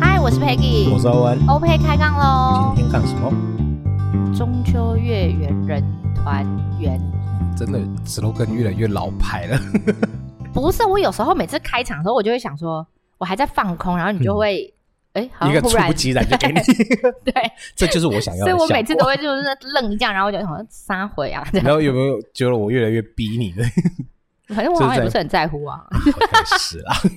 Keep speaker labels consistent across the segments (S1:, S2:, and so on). S1: 嗨，我是 Peggy，
S2: 我是欧文，
S1: OK 开杠喽
S2: 今！天干什么？
S1: 中秋月圆人团圆，
S2: 真的 slogan 越来越老牌了。
S1: 不是我有时候每次开场的时候，我就会想说，我还在放空，然后你就会，哎、好
S2: 嗯 一个
S1: 像忽
S2: 猝
S1: 然
S2: 不及防就给你，
S1: 对，
S2: 这就是我想
S1: 所
S2: 要的
S1: 以
S2: 效
S1: 我
S2: 果。
S1: 每次都会就是愣一下，然后我就想说撒回啊， 这样
S2: 然后有没有觉得我越来越逼 你呢？
S1: 反正我好像也
S2: 就
S1: 不
S2: 是在
S1: 是很在乎啊，
S2: 好开始啦，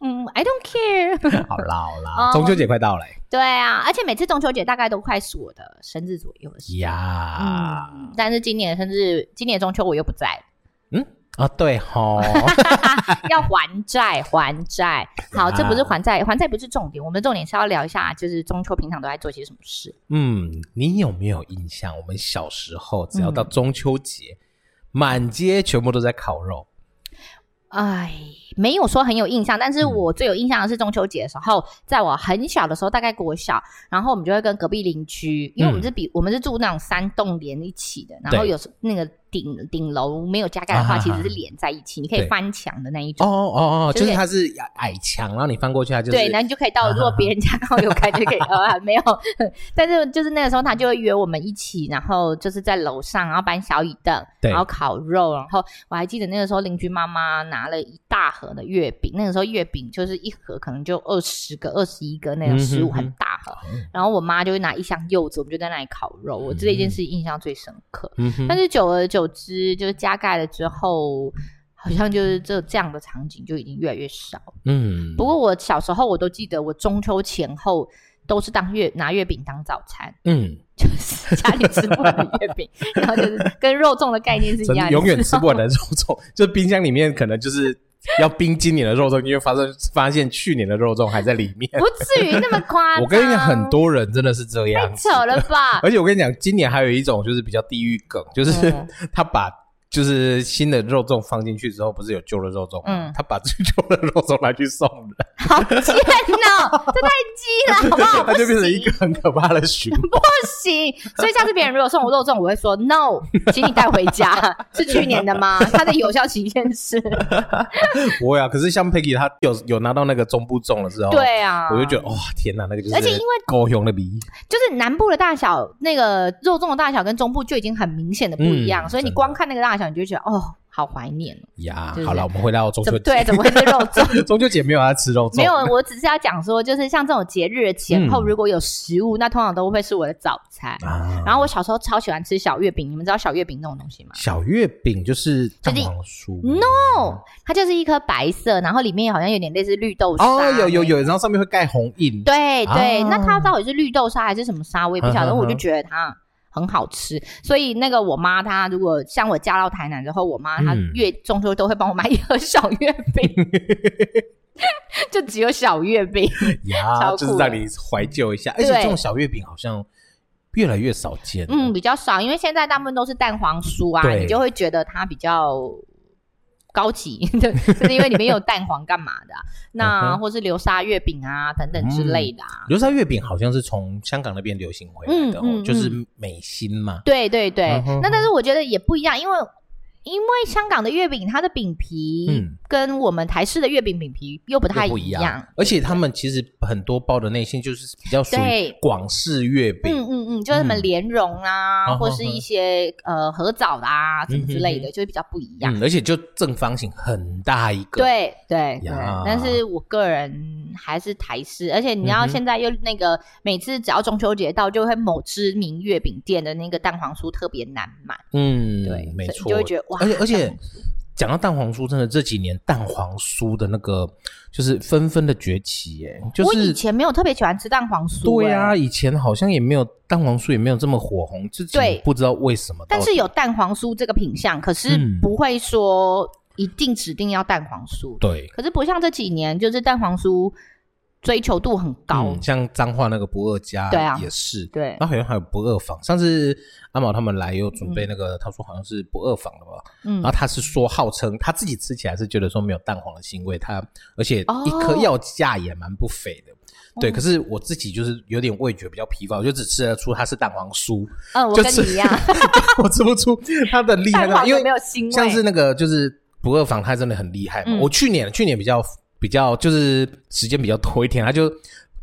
S1: 嗯，I don't care。
S2: 好啦好
S1: 哦
S2: 啦，中秋节快到了欸
S1: 对啊，而且每次中秋节大概都快是我的生日左右的时候。
S2: 呀！
S1: 嗯，但是今年生日，今年中秋我又不在了，
S2: 啊，对 吼，
S1: 要还债还债。好，
S2: 啊
S1: 这不是还债，还债不是重点，我们的重点是要聊一下，就是中秋平常都在做些什么事。
S2: 嗯，你有没有印象？我们小时候只要
S1: 嗯
S2: 到中秋节，满街全部都在烤肉。
S1: 哎，没有说很有印象，但是
S2: 嗯
S1: 我最有印象的是中秋节的时候，在我很小的时候，大概国小，然后我们就会跟隔壁邻居，因为我们是比、我们是住那种三栋连一起的，然后
S2: 嗯对
S1: 有时那个顶顶楼没有加盖的话，
S2: 啊哈哈
S1: 其实是连在一起，你可以
S2: 对
S1: 翻墙的那一
S2: 哦
S1: 种。
S2: 哦哦，
S1: 就是
S2: 就是它是矮墙，然后你翻过去，它就是
S1: 对，然后你就可以到，
S2: 啊哈哈
S1: 如果别 人家刚好有开就可以，呃，没有，但是就是那个时候他就会约我们一起，然后就是在楼上，然后搬小椅凳，
S2: 对
S1: 然后烤肉，然后我还记得那个时候邻居妈妈拿了一大盒的月饼，那个时候月饼就是一盒可能就二十个、二十一个那种
S2: 嗯哼
S1: 食物
S2: 哼
S1: 很大盒，
S2: 嗯
S1: 然后我妈就会拿一箱柚子，我们就在那里烤肉，我这一件事印象最深刻。
S2: 嗯哼
S1: 但是久而久之，就是加盖了之后，好像就是这这样的场景就已经越来越少。
S2: 嗯
S1: 不过我小时候我都记得，我中秋前后都是当月拿月饼当早餐，
S2: 嗯，
S1: 就是家里吃不完的月饼，然后就是跟肉粽的概念是一
S2: 真
S1: 样
S2: 的
S1: 的，
S2: 永远吃不完的肉粽，就冰箱里面可能就是要冰今年的肉粽，你会发现发现去年的肉粽还在里 面。
S1: 不至于那么夸张。
S2: 我跟你讲，很多人真的是这样子
S1: 啊扯。了吧？
S2: 而且我跟你讲，今年还有一种就是比较地域梗，就是
S1: 嗯
S2: 他把就是新的肉粽放进去之后，不是有旧的肉粽吗
S1: 嗯？
S2: 他把最旧的肉粽拿去送人，
S1: 好贱哦，这太鸡了，好不 好？
S2: 他就变成一个
S1: 啊不
S2: 很可怕的循环。
S1: 行，不行所以下次别人如果送我肉粽，我会说 no，请你带回家。是去年的吗？它的有效期限是？
S2: 哦不会啊，可是像 Peggy 他有有拿到那个中部粽的时候，
S1: 对啊，
S2: 我就觉得哇天哪，那个就是
S1: 而且因为
S2: 高雄的鼻，
S1: 就是南部的大小，那个肉粽的大小跟中部就已经很明显的不一样，
S2: 嗯
S1: 所以你
S2: 真的
S1: 光看那个大小，你就觉得哦，好怀念哦。
S2: 呀
S1: 就，是
S2: 好了，我们回到中
S1: 怎
S2: 秋
S1: 么
S2: 节。
S1: 对？怎么会是 肉粽？
S2: 中秋节没有要吃肉粽，
S1: 没有，我只是要讲说，就是像这种节日的前后，
S2: 嗯
S1: 如果有食物，那通常都会是我的早餐。
S2: 啊。
S1: 然后我小时候超喜欢吃小月饼，你们知道小月饼那种东西吗
S2: 小月饼就是蛋
S1: 就是
S2: 黄酥哦
S1: ？No，它就是一颗白色，然后里面好像有点类似绿豆沙。
S2: 哦，有有。有，然后上面会盖红印，
S1: 对对，
S2: 啊
S1: 那它到底是绿豆沙还是什么沙，我也不晓得。
S2: 嗯嗯嗯
S1: 我就觉得它很好吃，所以那个我妈她如果像我嫁到台南之后，我妈她
S2: 嗯
S1: 月中秋都会帮我买一盒小月 饼，就只有小月饼。超
S2: 呀，
S1: 酷
S2: 就是让你怀旧一下。而且
S1: 对
S2: 这种小月饼好像越来越少见了，
S1: 嗯，比较少，因为现在大部分都是蛋黄酥啊，
S2: 对
S1: 你就会觉得它比较高级， 对就是因为里面有蛋黄干嘛的啊、那
S2: 嗯哼嗯
S1: 或是流沙月饼啊等等之类的啊。
S2: 流沙月饼好像是从香港那边流行回来的哦，
S1: 嗯嗯
S2: 就是美心嘛。
S1: 对对对，
S2: 嗯哼
S1: 那但是我觉得也不一样，因为因为香港的月饼它的饼皮
S2: 嗯
S1: 跟我们台式的月饼饼皮又不太
S2: 又不
S1: 一
S2: 一样，而且他们其实很多包的内馅就是比较属于
S1: 对
S2: 广式月
S1: 嗯
S2: 饼，
S1: 嗯嗯，就是什么
S2: 嗯
S1: 莲蓉啊，
S2: 嗯
S1: 或是一些呃合枣的啊，什么之类
S2: 嗯
S1: 的，
S2: 哼
S1: 就是比较不一样。
S2: 嗯，而且就正方形很大一个，
S1: 对对对
S2: 呀，
S1: 但是我个人还是台式，而且你知道
S2: 嗯哼
S1: 现在又那个，每次只要中秋节到，就会某知名月饼店的那个蛋黄酥特别难买，
S2: 嗯，
S1: 对，
S2: 没
S1: 所以
S2: 错，
S1: 你就会觉得哇，
S2: 而且而
S1: 蛋
S2: 且
S1: 黄酥
S2: 讲到蛋黄酥，真的这几年蛋黄酥的那个就是纷纷的崛起，耶，就
S1: 我以
S2: 是
S1: 前没有特别喜欢吃蛋黄酥，
S2: 对
S1: 哎
S2: 呀、啊，以前好像也没有蛋黄酥也没有这么火红，自己
S1: 对
S2: 不知道为什么到
S1: 但
S2: 底，
S1: 是有蛋黄酥这个品相，可是
S2: 哦嗯
S1: 不会说一定指定要蛋黄酥，
S2: 对。
S1: 可是不像这几年，就是蛋黄酥追求度很高
S2: 嗯，，像彰化那个不二家，
S1: 对啊
S2: 也是，
S1: 对
S2: 然后好像还有不二坊。上次阿毛他们来有准备那个，他说好像是不二坊的吧，
S1: 嗯
S2: 然后他是说号称他自己吃起来是觉得说没有蛋黄的腥味，他而且一颗
S1: 哦
S2: 要价也蛮不菲的。对，
S1: 嗯
S2: 可是我自己就是有点味觉比较疲乏，我就只吃得出它是蛋黄酥，
S1: 嗯，我
S2: 就
S1: 跟
S2: 是
S1: 你一样，
S2: 我吃不出它的厉害
S1: 蛋
S2: 在哪。
S1: 黄
S2: 因
S1: 有
S2: 为
S1: 没有腥味？
S2: 像是那个就是不二防他真的很厉害嘛。
S1: 嗯
S2: 我去年去年比较比较就是时间比较多一点，他就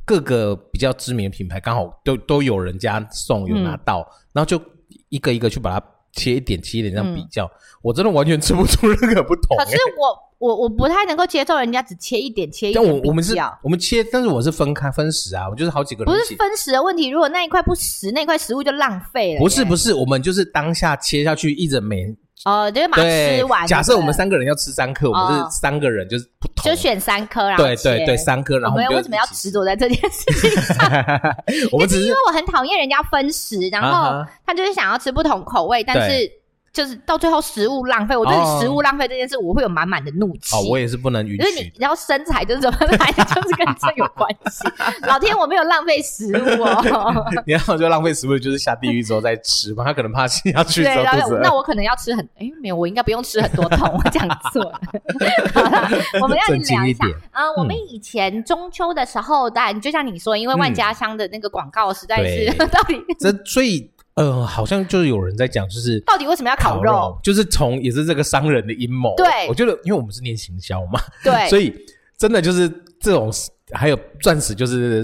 S2: 各个比较知名的品牌刚好都都有人家送有拿到，然后就一个一个去把它切一点切一点这样比较，我真的完全吃不出任何不同、
S1: 嗯
S2: 欸。
S1: 可是我我我不太能够接受人家只切一点切一
S2: 但
S1: 点
S2: 我
S1: 比
S2: 我们是
S1: 较，
S2: 我们切，但是我是分开分食啊，我就是好几个人
S1: 不
S2: 一
S1: 是
S2: 起。
S1: 分食的问题。如果那一块不食，那块食物就浪费了。
S2: 不是不
S1: 是，
S2: 是，我们就是当下切下去，一直每
S1: 哦，就是把它
S2: 对
S1: 吃完。
S2: 假设
S1: 对哦
S2: 我
S1: 不对
S2: 们三个人要吃三颗，我们是三个人就是不同
S1: 就，选三颗，然后
S2: 对对
S1: 切
S2: 对，。三颗，然后
S1: 我们
S2: 就
S1: 为什么要执着在这件事情？
S2: 我们只
S1: 因
S2: 是哦
S1: 为我很讨厌人家分食，然后
S2: 啊哈
S1: 他就是想要吃不同口味，但是就是到最后食物浪费，我对
S2: 哦
S1: 食物浪费这件事，我会有满满的怒气。
S2: 哦，我也是不能允
S1: 就是你
S2: 许，，
S1: 然后身材就是怎么来，就是跟这有关系。老天，我没有浪费食物 哦。
S2: 你要就浪费食物，就是下地狱之后再吃嘛。他可能怕吃下去
S1: 对，
S2: 之后
S1: 然
S2: 肚
S1: 后
S2: 子
S1: 那
S2: 饿。
S1: 我可能要吃很，哎，没有，我应该不用吃很多桶，我这样做。好了，我们要
S2: 正经
S1: 聊
S2: 一
S1: 一下
S2: 点，嗯
S1: 啊、我们以前中秋的时候，当然就像你说，因为万家香的那个广告实在是、
S2: 对
S1: 到底
S2: 这所以呃，好像就是有人在讲，就是
S1: 到底为什么要烤肉？
S2: 肉，就是从也是这个商人的阴谋。
S1: 对
S2: 我觉得因为我们是念行销嘛，
S1: 对，
S2: 所以真的就是这种，还有钻石就是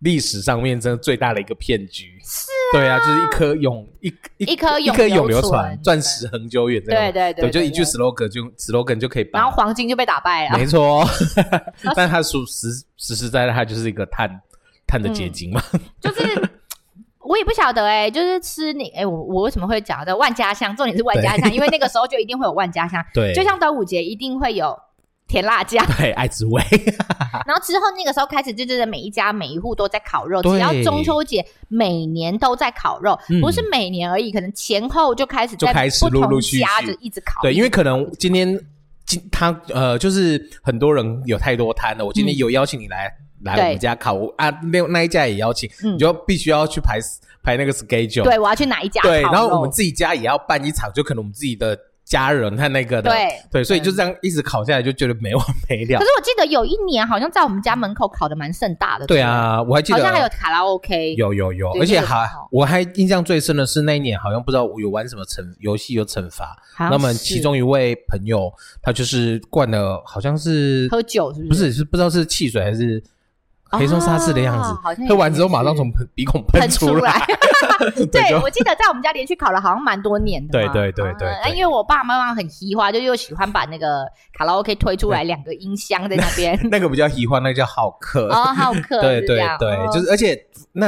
S2: 历史上面真的最大的一个骗局。是、对啊，就是一颗永一
S1: 一颗
S2: 一
S1: 永
S2: 颗
S1: 流
S2: 永流
S1: 传哎
S2: 传，钻石恒久远这样。
S1: 对对对对
S2: 就一句
S1: 对
S2: slogan 就 slogan 就可以把。
S1: 然后黄金就被打败了
S2: 没。错、哦， 但它属实实实在在，它就是一个碳碳的结晶嘛。
S1: 嗯就是我也不晓得哎、就是吃你哎、我我为什么会讲到万家香？重点是万家香，因为那个时候就一定会有万家香，
S2: 对，，
S1: 就像端午节一定会有甜辣酱
S2: 对爱滋味，
S1: 然后之后那个时候开始就觉得每一家每一户都在烤肉，
S2: 对
S1: 只要中秋节每年都在烤肉，
S2: 嗯
S1: 不是每年而已，可能前后就开始在
S2: 就开始
S1: 不同
S2: 陆陆续续
S1: 家就一直烤，
S2: 对，因为可能今天今他呃，就是很多人有太多摊了，我今天
S1: 嗯
S2: 有邀请你来。来
S1: 对
S2: 我们家烤我啊，那那一家也邀请，
S1: 嗯
S2: 你就必须要去排排那个 schedule。
S1: 对我要去哪一家
S2: 对
S1: 烤
S2: 然后我们
S1: 肉，
S2: 自己家也要办一场，就可能我们自己的家人和那个的，
S1: 对
S2: 所以就这样一直烤下来，就觉得没完没了
S1: 可是。我记得有一年好像在我们家门口烤的蛮盛大的，
S2: 对，啊，我还记
S1: 好
S2: 得
S1: 像还有卡拉 OK，
S2: 有有有，
S1: 对
S2: 而且
S1: 那个
S2: 还
S1: 时候
S2: 我还印象最深的是那一年，好像不知道我有玩什么惩游戏有惩罚，
S1: 好像
S2: 那么
S1: 啊是
S2: 其中一位朋友他就是灌了好像是
S1: 喝酒是
S2: 不
S1: 不
S2: 是是不知道是汽水还是黑松沙士的样子
S1: 哦好像，有
S2: 喝完之后
S1: 哦点是
S2: 马上从喷鼻孔
S1: 喷
S2: 出
S1: 来。
S2: 来，
S1: 对，
S2: 就
S1: 我记得在我们家连续烤了好像蛮多年的嘛。
S2: 对对对对
S1: 啊
S2: 对
S1: 因为我爸爸妈妈很喜欢，就又喜欢把那个卡拉 OK 推出来，两个音箱在那 边。
S2: 那个比较喜欢，那个叫好客，
S1: 哦，好客，
S2: 对
S1: 是这
S2: 对
S1: 样
S2: 对，
S1: 哦
S2: 就是而且那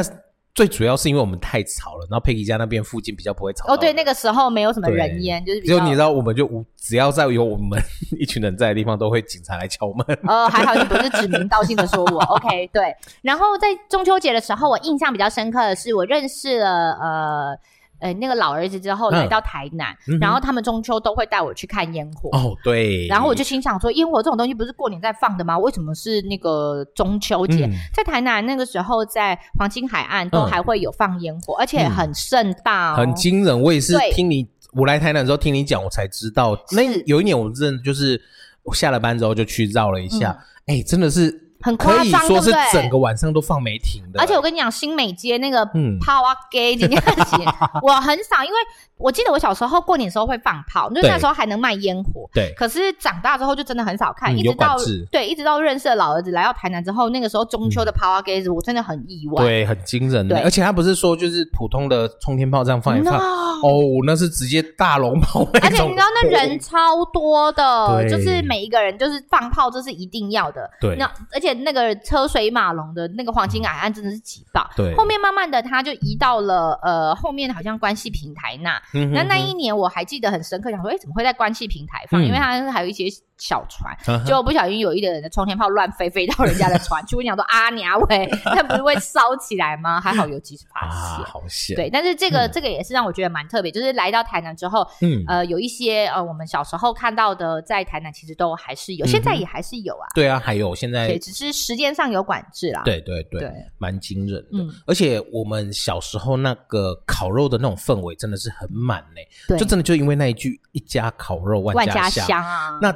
S2: 最主要是因为我们太吵了，然后佩奇家那边附近比较不会吵到
S1: 哦，对，
S2: 人
S1: 那个时候没有什么
S2: 对
S1: 人烟，就是比
S2: 就
S1: 较
S2: 你知道，我们就无只要在有我们 一群人在的地方，都会警察来敲门。
S1: 呃，还好你不是指名道姓的说我，OK，对。然后在中秋节的时候，我印象比较深刻的是，我认识了呃呃那个老儿子之后，
S2: 嗯
S1: 来到台南，
S2: 嗯哼
S1: 然后他们中秋都会带我去看烟火。
S2: 哦，对。
S1: 然后我就心想说，烟火这种东西不是过年在放的吗？为什么是那个中秋节？
S2: 嗯
S1: 在台南那个时候，在黄金海岸都
S2: 嗯
S1: 还会有放烟火，而且很盛大、哦
S2: 很惊人，我也是
S1: 对
S2: 听你，我来台南的时候听你讲，我才知道。那有一年我真的就是我下了班之后就去绕了一下，哎、真的是
S1: 嗯很
S2: 可
S1: 夸
S2: 以
S1: 张，对
S2: 说
S1: 不
S2: 是整
S1: 对？
S2: 个晚上都放没停的。
S1: 而且我跟你讲，新美街那个
S2: 嗯
S1: 炮啊 gay 这件事 情，我很少，因为我记得我小时候过年的时候会放炮，就是
S2: 对
S1: 那时候还能卖烟火。
S2: 对
S1: 可是长大之后就真的很少看，
S2: 嗯
S1: 一
S2: 有
S1: 直到
S2: 管制
S1: 对，一直到认识了老儿子来到台南之后，那个时候中秋的炮啊 gay，我真的很意外。
S2: 对，很惊人的。
S1: 对
S2: 而且他不是说就是普通的冲天炮这样放一放
S1: No
S2: 哦，那是直接大龙炮那种。
S1: 而且你知道那人超多的，
S2: 对
S1: 就是每一个人就是放炮，这是一定要的。
S2: 对
S1: 那而且那个车水马龙的那个黄金海岸真的是挤爆。
S2: 对
S1: 后面慢慢的它就移到了呃后面好像关系平台那。
S2: 嗯哼
S1: 那那一年我还记得很深刻，想说哎怎么会在关系平台放？
S2: 嗯
S1: 因为它还有一些小船，
S2: 嗯哼
S1: 结果不小心有一个人的冲天炮乱飞飞到人家的船去，我想说啊娘喂，那不是会烧起来吗？还好有及时发
S2: 啊，
S1: 现。
S2: 好险。，
S1: 对，但是这个、
S2: 嗯
S1: 这个也是让我觉得蛮特别，就是来到台南之后，
S2: 嗯，
S1: 呃，有一些呃，我们小时候看到的，在台南其实都还是有，现
S2: 嗯
S1: 在也还是有啊，
S2: 对啊，还有现在
S1: 对，只是时间上有管制啦。
S2: 对对对，
S1: 对
S2: 蛮惊人的。
S1: 嗯
S2: 而且我们小时候那个烤肉的那种氛围真的是很满嘞、
S1: 对
S2: 就真的就因为那一句“一家烤肉万
S1: 万
S2: 家
S1: 家
S2: 香”，
S1: 香啊，
S2: 那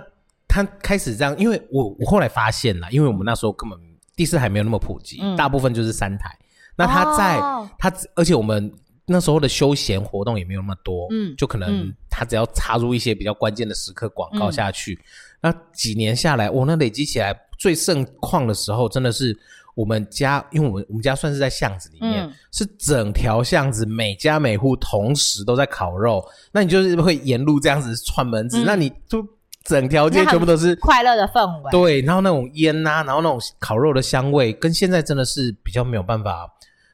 S2: 他开始这样，因为我我后来发现啦，因为我们那时候根本第四台没有那么普及，
S1: 嗯
S2: 大部分就是三台。那他在、
S1: 哦
S2: 他，而且我们那时候的休闲活动也没有那么多，
S1: 嗯
S2: 就可能
S1: 嗯
S2: 他只要插入一些比较关键的时刻广告
S1: 嗯
S2: 下去，那几年下来，我那累积起来最盛况的时候，真的是我们家，因为我们我们家算是在巷子里面，
S1: 嗯
S2: 是整条巷子每家每户同时都在烤肉，那你就是会沿路这样子串门子，
S1: 嗯
S2: 那你就整条街
S1: 那很
S2: 全部都是
S1: 快乐的氛围，
S2: 对，然后那种烟呐、然后那种烤肉的香味，跟现在真的是比较没有办法。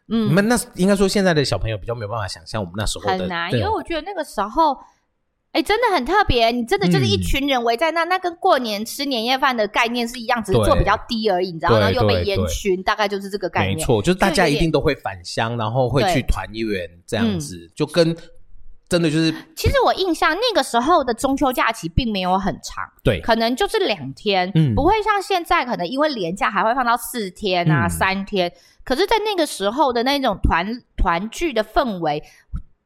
S2: 你
S1: 嗯，
S2: 们那应该说现在的小朋友比较没有办法想象我们那时候的，
S1: 很难，因
S2: 对哦
S1: 为我觉得那个时候。哎、真的很特别，你真的就是一
S2: 嗯
S1: 群人围在那，那跟过年吃年夜饭的概念是一样，只是
S2: 对
S1: 做比较低而已，你知道吗？
S2: 对
S1: 然后又被
S2: 对
S1: 烟
S2: 对
S1: 熏，大概就是这个概
S2: 没
S1: 念。
S2: 错，就是大
S1: 就有
S2: 家一
S1: 点
S2: 定都会返乡，然后会
S1: 对嗯
S2: 去团圆这样子，就跟真 的就是
S1: 其实我印象那个时候的中秋假期并没有很长，
S2: 对
S1: 可能就是两天，
S2: 嗯
S1: 不会像现在可能因为连假还会放到四天啊、
S2: 嗯
S1: 三天。可是，在那个时候的那种团团聚的氛围，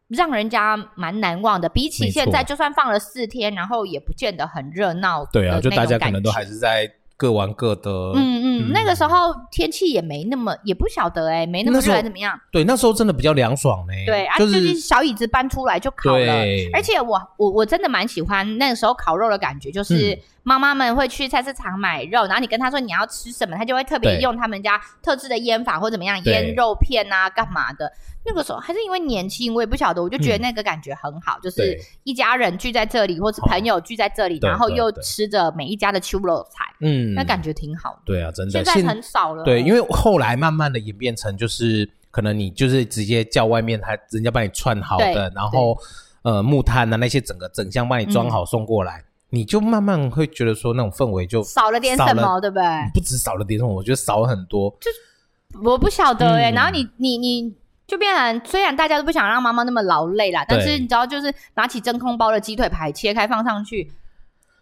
S1: 让人家蛮难忘的。比起
S2: 没错
S1: 现在，就算放了四天，然后也不见得很热闹的
S2: 对啊，
S1: 那
S2: 就
S1: 种
S2: 大家可
S1: 感
S2: 能都
S1: 觉
S2: 还是在各玩各的。
S1: 嗯嗯，
S2: 嗯
S1: 那个时候天气也没那么，也不晓得哎、没那么
S2: 那时
S1: 热
S2: 候
S1: 还是怎么样？
S2: 对，那时候真的比较凉爽呢、
S1: 对啊，
S2: 就
S1: 就是
S2: 是
S1: 小椅子搬出来就烤了。
S2: 对，
S1: 而且我我我真的蛮喜欢那个时候烤肉的感觉，就是
S2: 嗯
S1: 妈妈们会去菜市场买肉，然后你跟她说你要吃什么，她就会特别
S2: 对
S1: 用他们家特制的腌法或怎么样
S2: 对
S1: 腌肉片啊，干嘛的。那个时候还是因为年轻，我也不晓得，我就觉得那个感觉很好，就是
S2: 嗯对
S1: 一家人聚在这里，或是
S2: 哦
S1: 朋友聚在这里，
S2: 对
S1: 然后
S2: 对
S1: 又
S2: 对
S1: 吃着每一家的秋肉菜，
S2: 嗯，
S1: 那感觉挺好的。
S2: 对啊，真的
S1: 现在很少了，
S2: 对，因
S1: 为
S2: 为后来慢慢的演变成就是可能你就是直接叫外面他人家帮你串好的
S1: 对，嗯
S2: 然后呃木炭啊那些整个整箱帮你装好送过来，你就慢慢会觉得说那种氛围就
S1: 少了哎点
S2: 少
S1: 什
S2: 了
S1: 么，对不对？
S2: 不止少了点什么，我觉得少了很多。
S1: 我不晓得哎、欸，
S2: 嗯
S1: 然后你你你就变成，虽然大家都不想让妈妈那么劳累啦，但是
S2: 对
S1: 你知道，就是拿起真空包的鸡腿排切开放上去，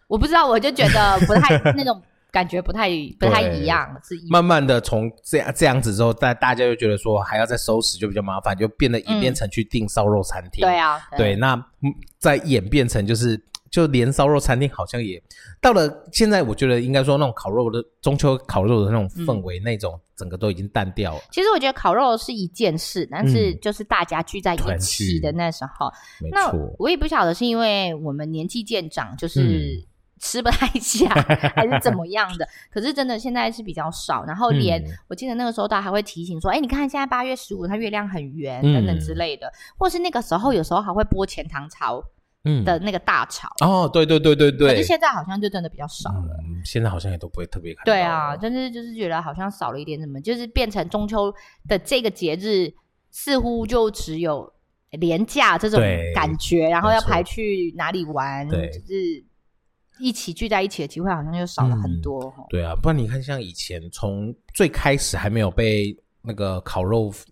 S1: 我不知道，我就觉得不太那种感觉不太不太一样，是一
S2: 慢慢的从这样这样子之后，大大家就觉得说还要再收拾就比较麻烦，就变得演变成去订烧肉餐厅。
S1: 嗯对啊，
S2: 对，那嗯再演变成就是，就连烧肉餐厅好像也到了现在，我觉得应该说那种烤肉的中秋烤肉的那种
S1: 嗯
S2: 氛围，那种整个都已经淡掉了。
S1: 其实我觉得烤肉是一件事，但是
S2: 嗯
S1: 就是大家聚在一
S2: 团
S1: 起
S2: 聚
S1: 的那时候，
S2: 没
S1: 那
S2: 错，
S1: 我也不晓得是因为我们年纪渐长，就是
S2: 嗯
S1: 吃不太下， 还是怎么样的。可是真的现在是比较少，然后连、
S2: 嗯
S1: 我记得那个时候，大家还会提醒说：“哎、你看现在八月十五，它月亮很圆，等等之
S2: 嗯
S1: 类的。或是那个时候有时候还会播钱塘潮
S2: 嗯，
S1: 的那个大潮，
S2: 哦，对对对对
S1: 可
S2: 对，
S1: 是现在好像就真的比较少了。
S2: 嗯，现在好像也都不会特别看到
S1: 对
S2: 了
S1: 啊，，但是就是觉得好像少了一点什么，就是变成中秋的这个节日，似乎就只有廉价这种
S2: 对
S1: 感觉，然后要
S2: 没错
S1: 排去哪里玩，就
S2: 对
S1: 是一起聚在一起的机会好像就少了很多哦。
S2: 对啊，不然你看，像以前从最开始还没有被那个烤肉覆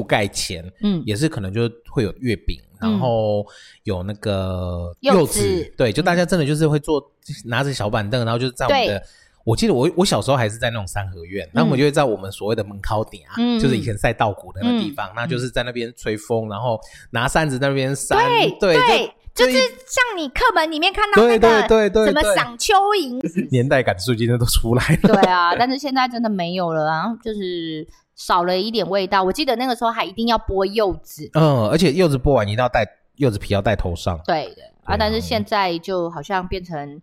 S2: 覆盖前，
S1: 嗯，
S2: 也是可能就会有月饼，
S1: 嗯
S2: 然后有那个
S1: 柚
S2: 柚
S1: 子
S2: 对，就大家真的就是会坐，拿着小板凳，然后就是在我们
S1: 对
S2: 的。我记得我我小时候还是在那种三合院，然后我们就会在我们所谓的门口顶啊，
S1: 嗯
S2: 就是以前赛道谷的那个地方，那就是在那边吹风，然后拿扇子在那边扇，
S1: 对
S2: 对，
S1: 对，
S2: 就
S1: 就是
S2: 一
S1: 像你课本里面看到那
S2: 对对
S1: 个
S2: 对对，
S1: 什么
S2: 对
S1: 赏蚯蚓，
S2: 年代感瞬间都出来了，
S1: 对啊，但是现在真的没有了，然后就是少了一点味道。我记得那个时候还一定要剥柚子，
S2: 嗯，而且柚子剥完一定要戴柚子皮要戴头上，
S1: 对的啊，
S2: 对
S1: 但是
S2: 啊
S1: 现在就好像变成。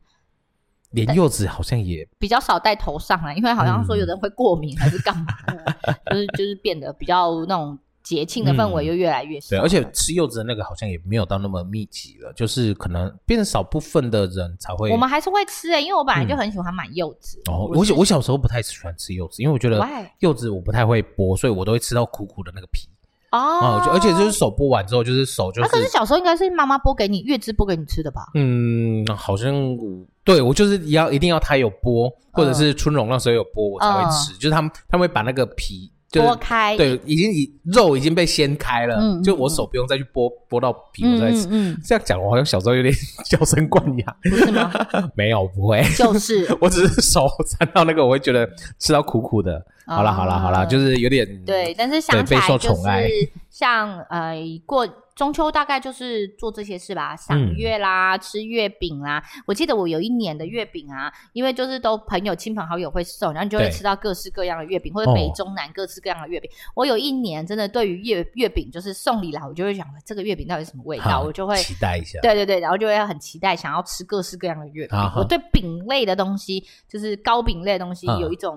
S2: 连柚子好像也
S1: 比较少戴头上啊，因为好像
S2: 嗯
S1: 说有人会过敏还是干嘛的， 就是就是变得比较那种节庆的氛围
S2: 嗯
S1: 又越来越少
S2: 对，
S1: 了、
S2: 而且吃柚子的那个好像也没有到那么密集了，就是可能变成少部分的人才会。嗯
S1: 我们还是会吃诶、欸因为我本来就很喜欢买柚子。
S2: 哦，我小我小时候不太喜欢吃柚子，因为我觉得
S1: Why？
S2: 柚子我不太会剥，所以我都会吃到苦苦的那个皮
S1: 哦，
S2: 啊、我就而且就是手剥完之后，就是手就
S1: 啊，可
S2: 是
S1: 是小时候应该是妈妈剥给你月子剥给你吃的吧？
S2: 嗯，好像我对我就是要一定要它有剥，或者
S1: 嗯
S2: 是春蓉那时候有剥我才会吃，就是他们他们会把那个皮就是
S1: 哦剥开，
S2: 对已经已肉已经被掀开了，
S1: 嗯嗯
S2: 就我手不用再去剥剥到皮我
S1: 嗯，
S2: 再
S1: 嗯
S2: 吃。
S1: 嗯
S2: 这样讲我好像小时候有点 娇生惯养，
S1: 嗯，不是 吗？
S2: 没有不会。
S1: 就是
S2: 我只是手沾到那个，我会觉得吃到苦苦的。
S1: 哦
S2: 好啦，好啦，好啦，
S1: 啊
S2: 就是有点
S1: 对，但是想起
S2: 对备
S1: 来
S2: 受
S1: 就
S2: 宠爱
S1: 是像呃过中秋大概就是做这些事吧，赏
S2: 嗯
S1: 月啦，吃月饼啦。我记得我有一年的月饼啊，因为就是都朋友、亲朋好友会送，然后你就会
S2: 对
S1: 吃到各式各样的月饼，或者
S2: 哦
S1: 北中南各式各样的月饼。我有一年真的对于月月饼就是送礼啦，我就会想这个月饼到底是什么味道，
S2: 好
S1: 我就会
S2: 期待一下。
S1: 对对对，然后就会很期待想要吃各式各样的月饼
S2: 啊。哈
S1: 我对饼类的东西，就是糕饼类的东西，
S2: 嗯
S1: 有一种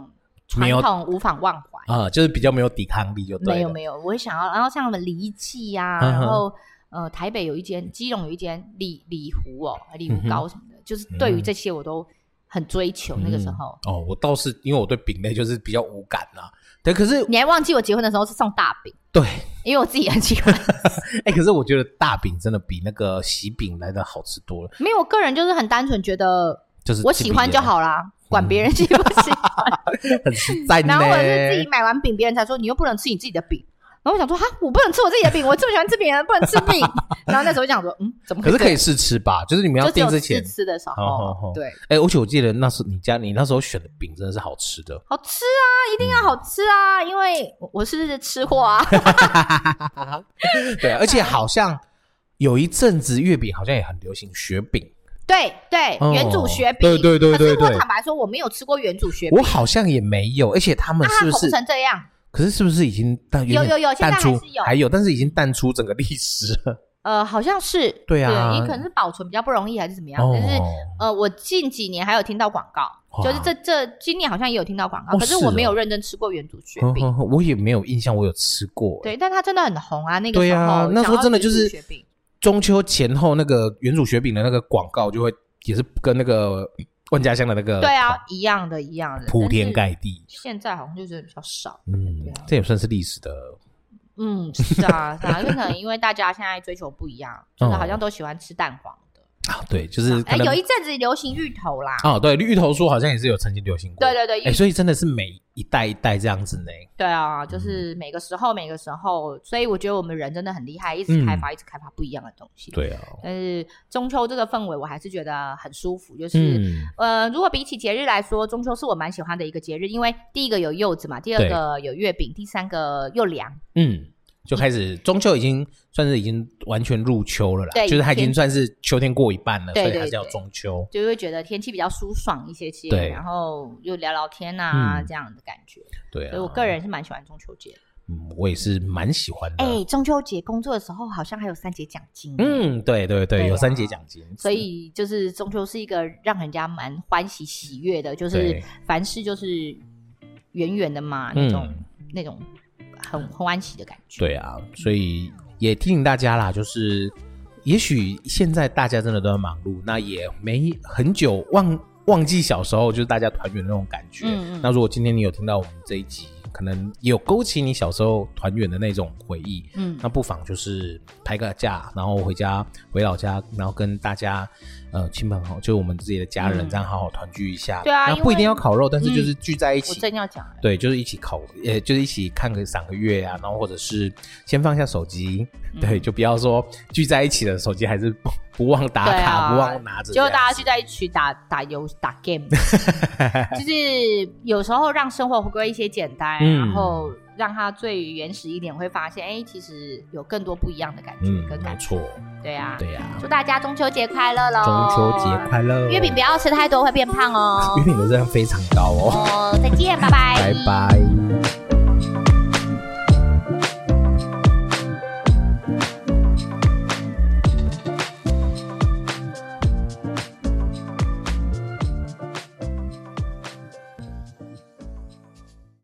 S1: 传
S2: 没有
S1: 统无法忘怀。
S2: 啊、就是比较没有抵抗力就对了。
S1: 没有没有，我会想要，然后像我们李记呀、
S2: 嗯哼
S1: 然后呃台北有一间，基隆有一间李李湖哦，李
S2: 嗯
S1: 湖
S2: 哼嗯
S1: 糕什么的，就是对于这些我都很追求。那个时候，
S2: 哦，我倒是因为我对饼类就是比较无感啦、对，可是
S1: 你还忘记我结婚的时候是送大饼，
S2: 对，
S1: 因为我自己很喜欢。
S2: 哎、可是我觉得大饼真的比那个喜饼来的好吃多了，
S1: 没有，我个人就是很单纯觉得
S2: 就是
S1: 我喜欢就好啦，管别人喜不 喜欢。
S2: 自己也，很实哎在呢。
S1: 然后我是自己买完饼，别人才说你又不能吃你自己的饼。然后我想说，哈，我不能吃我自己的饼，我这么喜欢吃别人，不能吃饼。 然后那时候就想说，嗯，怎么
S2: 可是可
S1: 以
S2: 以试吃吧，就是你们
S1: 这
S2: 要
S1: 样？就只
S2: 订
S1: 有
S2: 之
S1: 试
S2: 前，
S1: 吃的时
S2: 好好
S1: 候
S2: 好，
S1: 对，
S2: 哎、而且我记得那时候你家你那时候选的饼真的是好吃的，
S1: 好吃啊，一
S2: 嗯
S1: 定要好吃啊，因为我我是吃货 啊。
S2: 对，而且好像有一阵子月饼好像也很流行雪饼，
S1: 对对，
S2: 哦
S1: 原主雪饼，
S2: 对对对对
S1: 可是
S2: 对
S1: 我坦白说，我没有吃过原主雪饼，
S2: 我好像也没有，而且他们
S1: 那
S2: 是
S1: 它
S2: 不
S1: 红
S2: 是？
S1: 成这样，
S2: 可是是不是已经淡
S1: 有
S2: 点
S1: 有有现在
S2: 淡出
S1: 还是有
S2: 有，但是已经淡出整个历史 了。
S1: 呃，好像是
S2: 对啊
S1: 也可能是保存比较不容易还是怎么样，
S2: 哦
S1: 但是呃，我近几年还有听到广告，
S2: 哇
S1: 就是这这今年好像也有听到广告，
S2: 哦
S1: 可是
S2: 是
S1: 我没
S2: 哦嗯
S1: 有认真吃过原主雪
S2: 呵
S1: 饼。
S2: 呵呵我也没有印象，我有吃过。
S1: 对，但它真的很红啊，那个
S2: 对
S1: 时候、
S2: 啊那时
S1: 想
S2: 候
S1: 要
S2: 真的
S1: 吃
S2: 就是
S1: 雪饼，
S2: 中秋前后那个原主雪饼的那个广告，就会也是跟那个万家香的那个
S1: 对啊，一样的，一样的，
S2: 呃铺
S1: 但
S2: 天
S1: 是
S2: 盖地。
S1: 现在好像就是比较少，
S2: 嗯
S1: 对啊，
S2: 这也算是历史的。
S1: 嗯，是啊，是啊，因为可能因为大家现在追求不一样，就是好像都喜欢吃蛋黄的。
S2: 啊，对，哦就是
S1: 哎、
S2: 可能
S1: 有一阵子流行芋头啦，
S2: 哦，对，芋头酥好像也是有曾经流行过。
S1: 对对对，
S2: 哎，
S1: 芋
S2: 所以真的是每一代一代这样子呢。
S1: 对啊，
S2: 嗯
S1: 就是每个时候每个时候，所以我觉得我们人真的很厉害，一直开发、一直开发不一样的东西。
S2: 嗯对啊，
S1: 但是中秋这个氛围，我还是觉得很舒服，就是。
S2: 嗯，
S1: 呃，如果比起节日来说，中秋是我蛮喜欢的一个节日，因为第一个有柚子嘛，第二
S2: 对
S1: 个有月饼，第三个又凉，
S2: 嗯，就开始中秋已经算是已经完全入秋了啦，
S1: 对
S2: 就是它已经
S1: 天
S2: 算是秋天过一半了，
S1: 对
S2: 所以
S1: 对
S2: 它叫
S1: 对
S2: 中秋。
S1: 就会觉得天气比较舒爽一些些，
S2: 对
S1: 然后又聊聊天啊、
S2: 嗯
S1: 这样的感觉，
S2: 对啊，
S1: 所以我个人是蛮喜欢中秋节的。
S2: 嗯，我也是蛮喜欢的。
S1: 哎、中秋节工作的时候好像还有三节奖金，嗯，
S2: 嗯，对对对，
S1: 对啊
S2: 有三节奖金，
S1: 所以就是中秋是一个让人家蛮欢喜喜悦的，就是
S2: 对
S1: 凡事就是圆圆的嘛，那种、
S2: 嗯，
S1: 那种很很欢喜的感觉。
S2: 对啊，所以也提醒大家啦，就是也许现在大家真的都在忙碌，那也没很久忘忘记小时候就是大家团圆的那种感觉。
S1: 嗯嗯
S2: 那如果今天你有听到我们这一集，可能有勾起你小时候团圆的那种回忆，
S1: 嗯，
S2: 那不妨就是拍个假，然后回家回老家，然后跟大家呃亲朋好，就是我们自己的家人、
S1: 嗯
S2: 这样好好团聚一下。
S1: 对啊
S2: 那
S1: 因
S2: 不一
S1: 为
S2: 定
S1: 嗯
S2: 要烤肉，但是就是聚在一
S1: 我
S2: 起。
S1: 正要讲了。
S2: 对，就是一起烤，呃，就是一起看个赏个月啊，然后或者是先放下手机，
S1: 嗯
S2: 对，就不要说聚在一起的手机还是不不忘打
S1: 对
S2: 卡，
S1: 啊
S2: 不忘拿着这
S1: 结
S2: 样
S1: 果
S2: 子。
S1: 大家聚在一起打打游打 game，就是有时候让生活回归一些简单，
S2: 嗯
S1: 然后让它最原始一点，会发现哎、其实有更多不一样的感觉
S2: 嗯，
S1: 跟
S2: 没
S1: 感觉。
S2: 错，
S1: 对啊，
S2: 对呀、
S1: 祝大家中秋节快乐喽！
S2: 中秋节快乐！
S1: 月饼不要吃 太多，会变胖哦
S2: 月。饼的热量非常高哦，
S1: 哦，再见，拜拜，
S2: 拜拜。